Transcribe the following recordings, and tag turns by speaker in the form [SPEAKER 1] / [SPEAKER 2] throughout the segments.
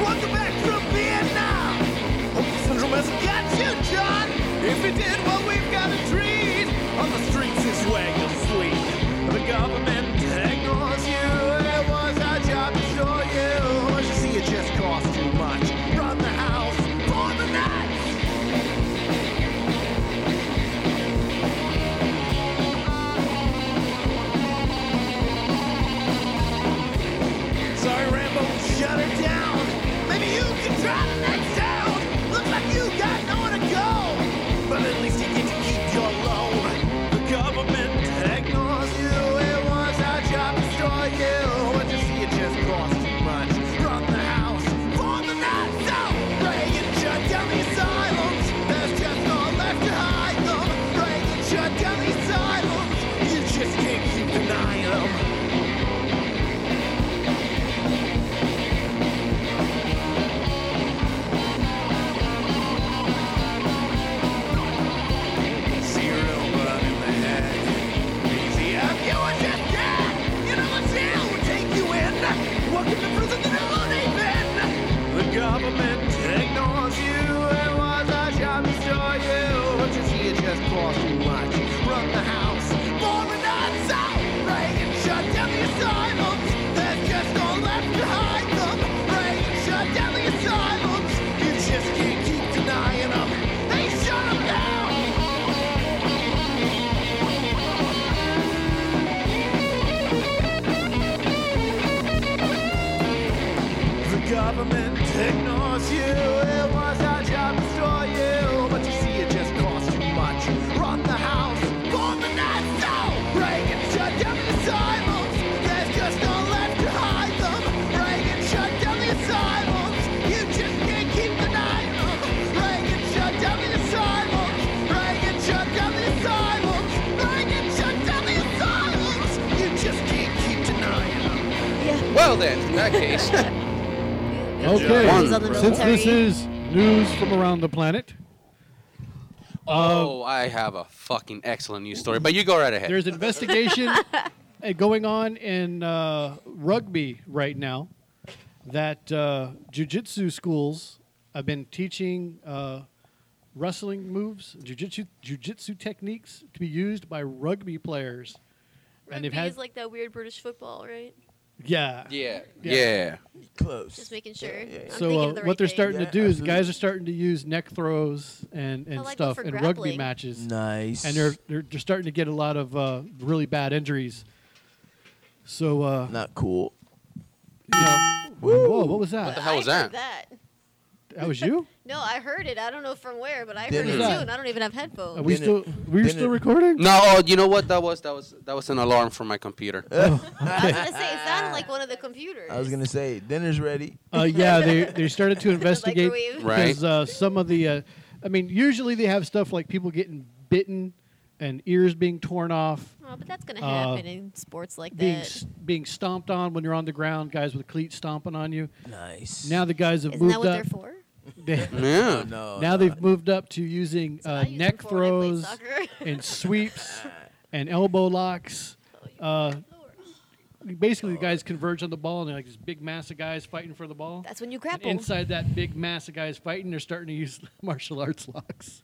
[SPEAKER 1] Welcome back from Vietnam. Hope the syndrome hasn't got you, John. If it did, well, we've got a treat. On the streets is where you'll sleep. The government ignores you. It was our job to show you. As you see, it just costs too much. Run the house for the night. Sorry, Rambo, shut her down. Maybe you can try the next town. Looks like you got nowhere to go. But at least you get to keep your loan. The government ignores you. It was our job to destroy you. But you see, it just costs too much. From the house, for the night, so Reagan shut down the asylums. There's just no left to hide them. Reagan shut down the asylums. You just can't keep denying them. Zero bun in the head. Easy up, you are just dead. You know the jail will take you in. Welcome to prison that it won't even. The government ignores you. It was a job to destroy you. But you see, it just costs too much. Run the house for a nuts out. Reagan shut down the asylums. There's just no left to hide them. Reagan shut down the asylums. You just can't keep denying them. They shut them down. The government ignores you. It was our job to destroy you. But you see, it just costs too much. Run the house, burn the night down. Reagan shut down the asylums. There's just no left to hide them. Reagan shut down the asylums. You just can't keep denying them. Reagan shut down the asylums. Reagan shut down the asylums. Reagan shut down the asylums. You just can't keep denying them.
[SPEAKER 2] Yeah.
[SPEAKER 3] Well then, in that case,
[SPEAKER 4] Okay,
[SPEAKER 2] He's on the
[SPEAKER 4] since this
[SPEAKER 2] military.
[SPEAKER 4] is news from around the planet,
[SPEAKER 3] oh, I have a fucking excellent news story. But you go right ahead.
[SPEAKER 4] there's investigation uh, going on in uh, rugby right now that uh, jiu-jitsu schools have been teaching uh, wrestling moves, jiu-jitsu, jiu-jitsu techniques to be used by rugby players.
[SPEAKER 5] Rugby
[SPEAKER 4] they've had-
[SPEAKER 5] is like that weird British football, right?
[SPEAKER 4] Yeah.
[SPEAKER 3] yeah,
[SPEAKER 4] Yeah.
[SPEAKER 3] yeah.
[SPEAKER 1] Close.
[SPEAKER 5] Just making sure.
[SPEAKER 1] yeah, yeah.
[SPEAKER 5] I'm
[SPEAKER 4] So
[SPEAKER 5] thinking
[SPEAKER 4] uh,
[SPEAKER 5] of the
[SPEAKER 4] what
[SPEAKER 5] right
[SPEAKER 4] they're
[SPEAKER 5] thing.
[SPEAKER 4] starting
[SPEAKER 1] Yeah,
[SPEAKER 4] to do is
[SPEAKER 1] absolutely.
[SPEAKER 4] guys are starting to use neck throws and, and
[SPEAKER 5] like it
[SPEAKER 4] stuff
[SPEAKER 5] for
[SPEAKER 4] in rugby
[SPEAKER 5] grappling.
[SPEAKER 4] matches.
[SPEAKER 1] Nice.
[SPEAKER 4] and they're, they're they're starting to get a lot of uh, really bad injuries. So uh,
[SPEAKER 1] not cool.
[SPEAKER 4] you know, whoa, what was
[SPEAKER 3] What the
[SPEAKER 4] that?
[SPEAKER 3] hell
[SPEAKER 5] I
[SPEAKER 3] was that?
[SPEAKER 5] heard that?
[SPEAKER 4] That was you?
[SPEAKER 5] No, I heard it. I don't know from where, but I heard
[SPEAKER 1] Didn't
[SPEAKER 5] it too,
[SPEAKER 4] it?
[SPEAKER 5] and I don't even have headphones.
[SPEAKER 4] Are we
[SPEAKER 1] Didn't
[SPEAKER 4] still
[SPEAKER 1] it-
[SPEAKER 4] we were
[SPEAKER 1] didn't
[SPEAKER 4] still
[SPEAKER 1] it-
[SPEAKER 4] recording?
[SPEAKER 3] No, oh, you know what that was? That was that was an alarm from my computer.
[SPEAKER 5] I was gonna say it sounded like one of the computers.
[SPEAKER 1] I was gonna say dinner's ready.
[SPEAKER 4] Uh, yeah, they they started to investigate
[SPEAKER 5] Microwave.
[SPEAKER 3] Right.
[SPEAKER 4] because uh, some of the, uh, I mean, usually they have stuff like people getting bitten and ears being torn off,
[SPEAKER 5] Oh, but that's gonna
[SPEAKER 4] Uh,
[SPEAKER 5] happen in sports like
[SPEAKER 4] being
[SPEAKER 5] that.
[SPEAKER 4] s- being stomped on when you're on the ground, guys with cleats stomping on you.
[SPEAKER 1] Nice. Oh,
[SPEAKER 4] Now the guys have
[SPEAKER 5] Isn't
[SPEAKER 4] moved
[SPEAKER 5] that what
[SPEAKER 4] up.
[SPEAKER 5] they're for?
[SPEAKER 4] They-
[SPEAKER 3] yeah.
[SPEAKER 1] no.
[SPEAKER 4] now they've moved up to using
[SPEAKER 5] I
[SPEAKER 4] uh,
[SPEAKER 5] used them
[SPEAKER 4] neck
[SPEAKER 5] for when I played
[SPEAKER 4] throws.
[SPEAKER 5] soccer.
[SPEAKER 4] and sweeps and elbow locks. Uh, basically, the guys converge on the ball, and they're like this big mass of guys fighting for the ball.
[SPEAKER 5] That's when you
[SPEAKER 4] And
[SPEAKER 5] grapple.
[SPEAKER 4] inside that big mass of guys fighting, they're starting to use martial arts locks.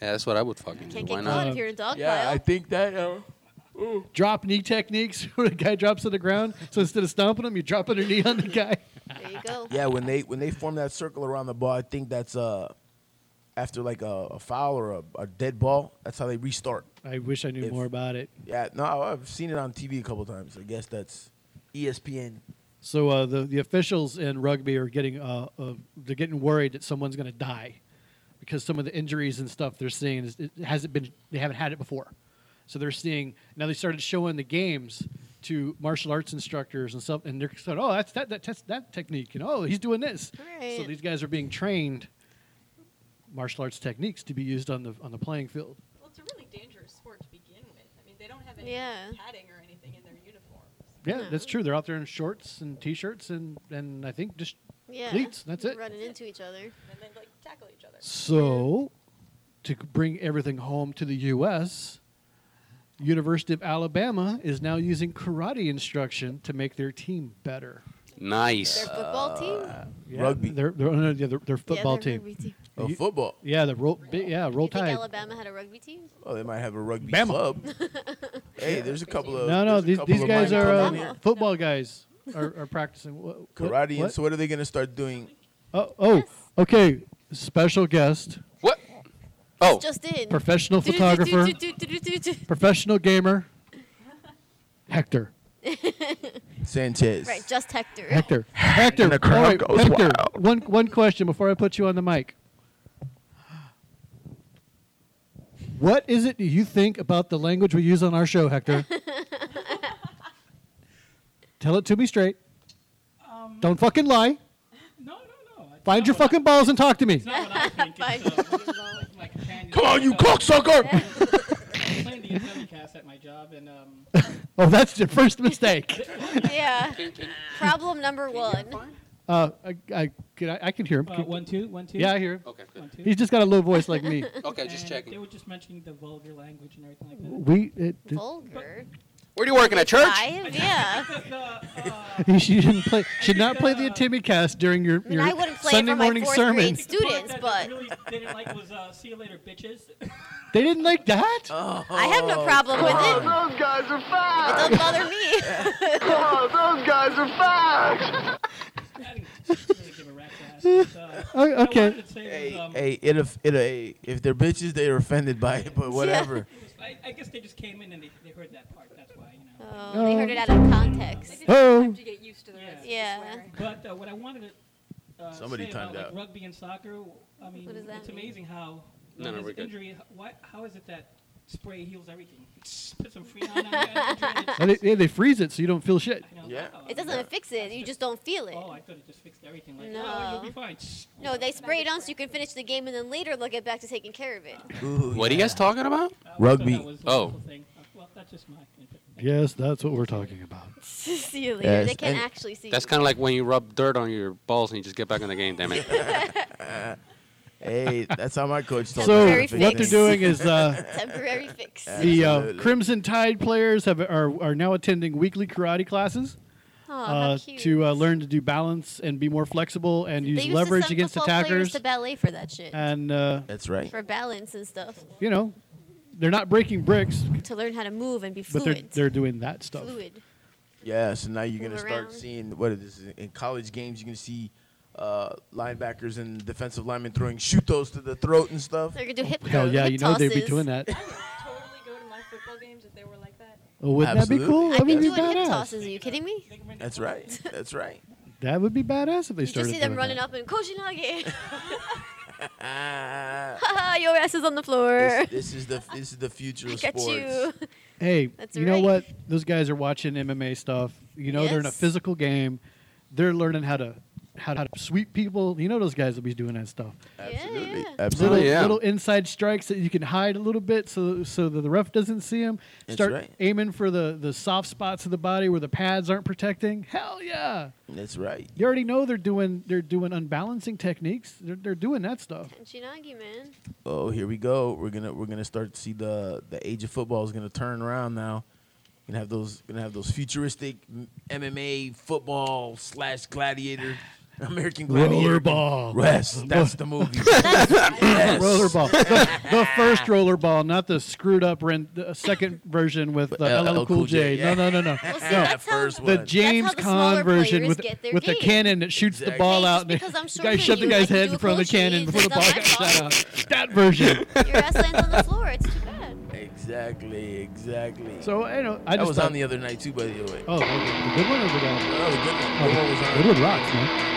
[SPEAKER 3] Yeah, that's what I would fucking do.
[SPEAKER 5] Can't
[SPEAKER 3] Why
[SPEAKER 5] get caught
[SPEAKER 3] not?
[SPEAKER 5] if you're in a dog
[SPEAKER 1] yeah,
[SPEAKER 5] pile.
[SPEAKER 1] I think that. Uh,
[SPEAKER 4] Drop knee techniques where the guy drops to the ground. So instead of stomping him, you drop on your knee on the guy.
[SPEAKER 5] there you go.
[SPEAKER 1] yeah, when they when they form that circle around the ball, I think that's uh after like a, a foul or a, a dead ball. That's how they restart.
[SPEAKER 4] I wish I knew
[SPEAKER 1] If-
[SPEAKER 4] more about it.
[SPEAKER 1] Yeah, no, I've seen it on TV a couple times. I guess that's E ESPN.
[SPEAKER 4] So uh, the the officials in rugby are getting uh, uh, they're getting worried that someone's going to die because some of the injuries and stuff they're seeing is, it hasn't been they haven't had it before. So they're seeing now they started showing the games to martial arts instructors and stuff, and they're saying, "Oh, that's that that test, that technique," and "Oh, he's doing this." So
[SPEAKER 5] Right.
[SPEAKER 4] these guys are being trained martial arts techniques to be used on the on the playing field.
[SPEAKER 6] Well, it's a really dangerous sport to begin with. I mean, they don't have any
[SPEAKER 5] Yeah.
[SPEAKER 6] padding or anything in their uniforms.
[SPEAKER 4] Yeah,
[SPEAKER 5] Yeah.
[SPEAKER 4] that's true. They're out there in shorts and t-shirts and and I think just
[SPEAKER 5] Yeah.
[SPEAKER 4] Leads, that's it.
[SPEAKER 5] Running into each other.
[SPEAKER 6] and then like tackle each other.
[SPEAKER 4] So, to c- bring everything home to the U.S., University of Alabama is now using karate instruction to make their team better.
[SPEAKER 5] Their
[SPEAKER 3] Nice.
[SPEAKER 1] Uh,
[SPEAKER 3] Uh,
[SPEAKER 5] football team.
[SPEAKER 4] Yeah,
[SPEAKER 2] Rugby.
[SPEAKER 4] Their, their, oh, no, yeah, their, their
[SPEAKER 5] Yeah,
[SPEAKER 4] football
[SPEAKER 5] their
[SPEAKER 4] team.
[SPEAKER 5] rugby team.
[SPEAKER 2] Oh,
[SPEAKER 4] You-
[SPEAKER 2] football.
[SPEAKER 4] Yeah, the roll. bi- yeah, roll
[SPEAKER 5] you think
[SPEAKER 4] tide.
[SPEAKER 5] Alabama had a rugby team?
[SPEAKER 2] Oh, they might have a rugby
[SPEAKER 4] Bama.
[SPEAKER 2] club. hey, there's a couple of
[SPEAKER 4] No, no,
[SPEAKER 2] there's a
[SPEAKER 4] these,
[SPEAKER 2] couple
[SPEAKER 4] these
[SPEAKER 2] of
[SPEAKER 4] guys
[SPEAKER 2] minor
[SPEAKER 4] are
[SPEAKER 2] clubs
[SPEAKER 4] uh,
[SPEAKER 2] in here.
[SPEAKER 5] No.
[SPEAKER 4] football guys. Are, are practicing what, what-
[SPEAKER 2] karate.
[SPEAKER 4] What?
[SPEAKER 2] And so, what are they going to start doing?
[SPEAKER 4] oh, oh,
[SPEAKER 5] Yes.
[SPEAKER 4] okay. Special guest,
[SPEAKER 3] What? Oh,
[SPEAKER 5] Just in.
[SPEAKER 4] professional photographer, professional gamer, Hector.
[SPEAKER 2] Sanchez.
[SPEAKER 5] Right, just Hector.
[SPEAKER 4] Hector. Hector.
[SPEAKER 2] the crowd
[SPEAKER 4] all right,
[SPEAKER 2] goes
[SPEAKER 4] Hector.
[SPEAKER 2] wild.
[SPEAKER 4] One one question before I put you on the mic. What is it you think about the language we use on our show, Hector? Tell it to me straight.
[SPEAKER 7] Um,
[SPEAKER 4] Don't fucking lie.
[SPEAKER 7] No, no, no. It's
[SPEAKER 4] Find
[SPEAKER 7] not
[SPEAKER 4] your
[SPEAKER 7] what I-
[SPEAKER 4] fucking balls and talk to me.
[SPEAKER 7] It's not what I think.
[SPEAKER 5] Find
[SPEAKER 7] It's, uh,
[SPEAKER 5] your phone.
[SPEAKER 7] my companion.
[SPEAKER 2] Come on, you
[SPEAKER 7] So,
[SPEAKER 2] cocksucker!
[SPEAKER 7] I'm playing the Intellicast at my job, and um,
[SPEAKER 4] Oh, that's your first mistake.
[SPEAKER 5] yeah. Problem number one.
[SPEAKER 4] Uh, I, I, can I, I can hear him.
[SPEAKER 7] uh, one, two, one, two.
[SPEAKER 4] yeah, I hear him.
[SPEAKER 3] okay, good.
[SPEAKER 7] One, two.
[SPEAKER 4] He's just got a low voice like me.
[SPEAKER 3] Okay, just
[SPEAKER 7] And They
[SPEAKER 3] checking.
[SPEAKER 7] were just mentioning the vulgar language and everything like that.
[SPEAKER 4] We. It, it,
[SPEAKER 5] Vulgar.
[SPEAKER 3] Where do you working at church?
[SPEAKER 5] Five? Yeah.
[SPEAKER 7] The- the, uh,
[SPEAKER 4] she didn't play. Should not play the Timmy cast during your,
[SPEAKER 5] I mean,
[SPEAKER 4] your
[SPEAKER 5] I wouldn't play it
[SPEAKER 4] Sunday
[SPEAKER 5] for my
[SPEAKER 4] morning
[SPEAKER 5] fourth
[SPEAKER 4] sermon.
[SPEAKER 5] grade
[SPEAKER 7] the part
[SPEAKER 5] Students,
[SPEAKER 7] that
[SPEAKER 5] but-
[SPEAKER 7] they really didn't like was uh, see you later, bitches.
[SPEAKER 4] They didn't like that.
[SPEAKER 5] I have no problem with it.
[SPEAKER 4] Oh,
[SPEAKER 1] Those guys are
[SPEAKER 5] It
[SPEAKER 1] fast!
[SPEAKER 5] doesn't bother me.
[SPEAKER 1] Oh, those guys are fast!
[SPEAKER 7] I didn't really give a rat's ass. But, uh,
[SPEAKER 4] Oh,
[SPEAKER 7] what I
[SPEAKER 4] okay.
[SPEAKER 7] wanted to say was,
[SPEAKER 2] Hey,
[SPEAKER 7] um,
[SPEAKER 2] hey, it, if- it, hey, if they're bitches, they're offended by it, but whatever.
[SPEAKER 7] it was- I, I guess they just came in and they, they heard that part. That's why, you know.
[SPEAKER 5] Oh, They heard it out of context.
[SPEAKER 4] Oh.
[SPEAKER 6] Time to get used to the rest. of the
[SPEAKER 5] Yeah.
[SPEAKER 6] swearing.
[SPEAKER 7] But uh, what I wanted to uh,
[SPEAKER 2] Somebody
[SPEAKER 7] say
[SPEAKER 2] timed
[SPEAKER 7] about
[SPEAKER 2] out.
[SPEAKER 7] like, rugby and soccer, I mean,
[SPEAKER 5] What does that
[SPEAKER 7] it's
[SPEAKER 5] mean?
[SPEAKER 7] amazing how
[SPEAKER 3] No, no,
[SPEAKER 7] this
[SPEAKER 3] we're good.
[SPEAKER 7] injury. Why, how is it that spray heals everything? Put some Freon on that injury and it's-
[SPEAKER 4] And they, yeah, they freeze it so you don't feel shit.
[SPEAKER 7] you know,
[SPEAKER 2] Yeah.
[SPEAKER 7] wow.
[SPEAKER 5] It doesn't fix it. You just don't feel
[SPEAKER 7] Oh, I
[SPEAKER 5] it.
[SPEAKER 7] thought it just fixed everything. Like,
[SPEAKER 5] No.
[SPEAKER 7] oh, you'll be fine.
[SPEAKER 5] No, they spray it on so you can finish the game and then later they'll get back to taking care of it.
[SPEAKER 2] Ooh,
[SPEAKER 3] What are you
[SPEAKER 2] yeah.
[SPEAKER 3] guys talking about?
[SPEAKER 7] Uh,
[SPEAKER 2] Rugby.
[SPEAKER 7] I thought that was a
[SPEAKER 3] Oh.
[SPEAKER 7] wonderful Thing. Uh, well, that's just my input.
[SPEAKER 4] Yes, that's what we're talking about.
[SPEAKER 5] see you later.
[SPEAKER 2] Yes,
[SPEAKER 5] they can't
[SPEAKER 2] and-
[SPEAKER 5] actually see
[SPEAKER 3] That's
[SPEAKER 5] you.
[SPEAKER 3] kind of like when you rub dirt on your balls and you just get back in the game. Damn it.
[SPEAKER 2] Hey, that's how my coach told
[SPEAKER 4] So
[SPEAKER 2] me.
[SPEAKER 5] Very
[SPEAKER 2] to
[SPEAKER 4] what they're
[SPEAKER 5] fixed.
[SPEAKER 4] doing is uh,
[SPEAKER 5] Temporary fix.
[SPEAKER 4] the uh,
[SPEAKER 2] Absolutely.
[SPEAKER 4] Crimson Tide players have are, are now attending weekly karate classes
[SPEAKER 5] Aw, Oh, how
[SPEAKER 4] uh,
[SPEAKER 5] cute.
[SPEAKER 4] to uh, learn to do balance and be more flexible and
[SPEAKER 5] They
[SPEAKER 4] use
[SPEAKER 5] used to
[SPEAKER 4] leverage
[SPEAKER 5] send
[SPEAKER 4] against
[SPEAKER 5] football players
[SPEAKER 4] attackers
[SPEAKER 5] to ballet for that shit.
[SPEAKER 4] and uh,
[SPEAKER 2] That's right.
[SPEAKER 5] for balance and stuff.
[SPEAKER 4] you know they're not breaking bricks,
[SPEAKER 5] To learn how to move and be
[SPEAKER 4] but they're
[SPEAKER 5] fluid.
[SPEAKER 4] they're doing that stuff.
[SPEAKER 5] fluid.
[SPEAKER 2] Yeah, so now you're going to
[SPEAKER 5] Move
[SPEAKER 2] start
[SPEAKER 5] around.
[SPEAKER 2] seeing what it is. In college games, you're going to see uh, linebackers and defensive linemen throwing shoot-those to the throat and stuff.
[SPEAKER 5] They're gonna do hip
[SPEAKER 4] Hell
[SPEAKER 5] throw-
[SPEAKER 4] yeah,
[SPEAKER 5] hip
[SPEAKER 4] you know they'd be
[SPEAKER 5] tosses.
[SPEAKER 4] doing that.
[SPEAKER 6] I would totally go to my football games if they were like that.
[SPEAKER 4] Oh, wouldn't
[SPEAKER 2] Absolutely.
[SPEAKER 4] that be cool?
[SPEAKER 5] I've
[SPEAKER 4] That
[SPEAKER 5] been
[SPEAKER 4] would be
[SPEAKER 5] doing hip
[SPEAKER 4] badass.
[SPEAKER 5] tosses. Are you kidding me?
[SPEAKER 7] They can bring the
[SPEAKER 2] That's
[SPEAKER 7] phone.
[SPEAKER 2] right. That's right.
[SPEAKER 4] That would be badass if they
[SPEAKER 5] You
[SPEAKER 4] started.
[SPEAKER 5] just see them
[SPEAKER 4] doing
[SPEAKER 5] running
[SPEAKER 4] that.
[SPEAKER 5] up and Koshinage.
[SPEAKER 2] Ah,
[SPEAKER 5] Haha, your ass is on the floor.
[SPEAKER 2] this, this is the this is the future
[SPEAKER 5] I
[SPEAKER 2] of
[SPEAKER 5] got
[SPEAKER 2] sports.
[SPEAKER 5] you.
[SPEAKER 4] Hey,
[SPEAKER 5] That's
[SPEAKER 4] you know
[SPEAKER 5] right.
[SPEAKER 4] what? Those guys are watching MMA stuff. You know they're in a
[SPEAKER 5] Yes.
[SPEAKER 4] physical game. They're learning how to how to sweep people. You know those guys will be doing that stuff.
[SPEAKER 2] Absolutely.
[SPEAKER 5] yeah.
[SPEAKER 2] Absolutely.
[SPEAKER 4] Little
[SPEAKER 3] yeah.
[SPEAKER 4] little inside strikes that you can hide a little bit so so that the ref doesn't see them.
[SPEAKER 2] That's
[SPEAKER 4] Start
[SPEAKER 2] right.
[SPEAKER 4] aiming for the the soft spots of the body where the pads aren't protecting. Hell yeah!
[SPEAKER 2] That's right.
[SPEAKER 4] You already know they're doing they're doing unbalancing techniques. They're they're doing that stuff.
[SPEAKER 5] Koshinage, man.
[SPEAKER 2] Oh, here we go. We're gonna we're gonna start to see the the age of football is gonna turn around now. Gonna have those gonna have those futuristic m- MMA football slash gladiator American gladiator
[SPEAKER 4] Rollerball.
[SPEAKER 2] Rest. That's the movie. Yes.
[SPEAKER 4] Rollerball. the, the first rollerball, not the screwed up ren- the second version with the LL, Cool J.
[SPEAKER 2] yeah.
[SPEAKER 4] No, no, no, no.
[SPEAKER 5] Well, see,
[SPEAKER 4] no.
[SPEAKER 2] That
[SPEAKER 5] that's how-
[SPEAKER 2] first
[SPEAKER 4] The
[SPEAKER 2] one.
[SPEAKER 4] James
[SPEAKER 5] the
[SPEAKER 4] Conn
[SPEAKER 5] smaller
[SPEAKER 4] version
[SPEAKER 5] players
[SPEAKER 4] with,
[SPEAKER 5] get their
[SPEAKER 4] with the
[SPEAKER 5] game.
[SPEAKER 4] cannon that shoots the
[SPEAKER 2] Exactly.
[SPEAKER 4] ball
[SPEAKER 5] Hey,
[SPEAKER 4] out.
[SPEAKER 5] just
[SPEAKER 4] and
[SPEAKER 5] because I'm
[SPEAKER 4] the
[SPEAKER 5] shorter
[SPEAKER 4] guy
[SPEAKER 5] than
[SPEAKER 4] shoved the
[SPEAKER 5] you,
[SPEAKER 4] guy's
[SPEAKER 5] I can
[SPEAKER 4] head
[SPEAKER 5] do
[SPEAKER 4] in
[SPEAKER 5] a
[SPEAKER 4] front of the
[SPEAKER 5] cool
[SPEAKER 4] cannon
[SPEAKER 5] shade.
[SPEAKER 4] before the
[SPEAKER 5] It's
[SPEAKER 4] ball
[SPEAKER 5] not
[SPEAKER 4] got
[SPEAKER 5] my
[SPEAKER 4] shot
[SPEAKER 5] fault.
[SPEAKER 4] out. That version.
[SPEAKER 5] Your ass lands on the floor. It's too bad.
[SPEAKER 2] exactly. Exactly.
[SPEAKER 4] So you know, I
[SPEAKER 2] that
[SPEAKER 4] just
[SPEAKER 2] was
[SPEAKER 4] thought,
[SPEAKER 2] on the other night too, by the way.
[SPEAKER 4] Oh, the, the good one or the bad one?
[SPEAKER 2] Oh, the good one.
[SPEAKER 4] Oh,
[SPEAKER 2] Good one was
[SPEAKER 4] the
[SPEAKER 2] on.
[SPEAKER 4] good one rocks, man.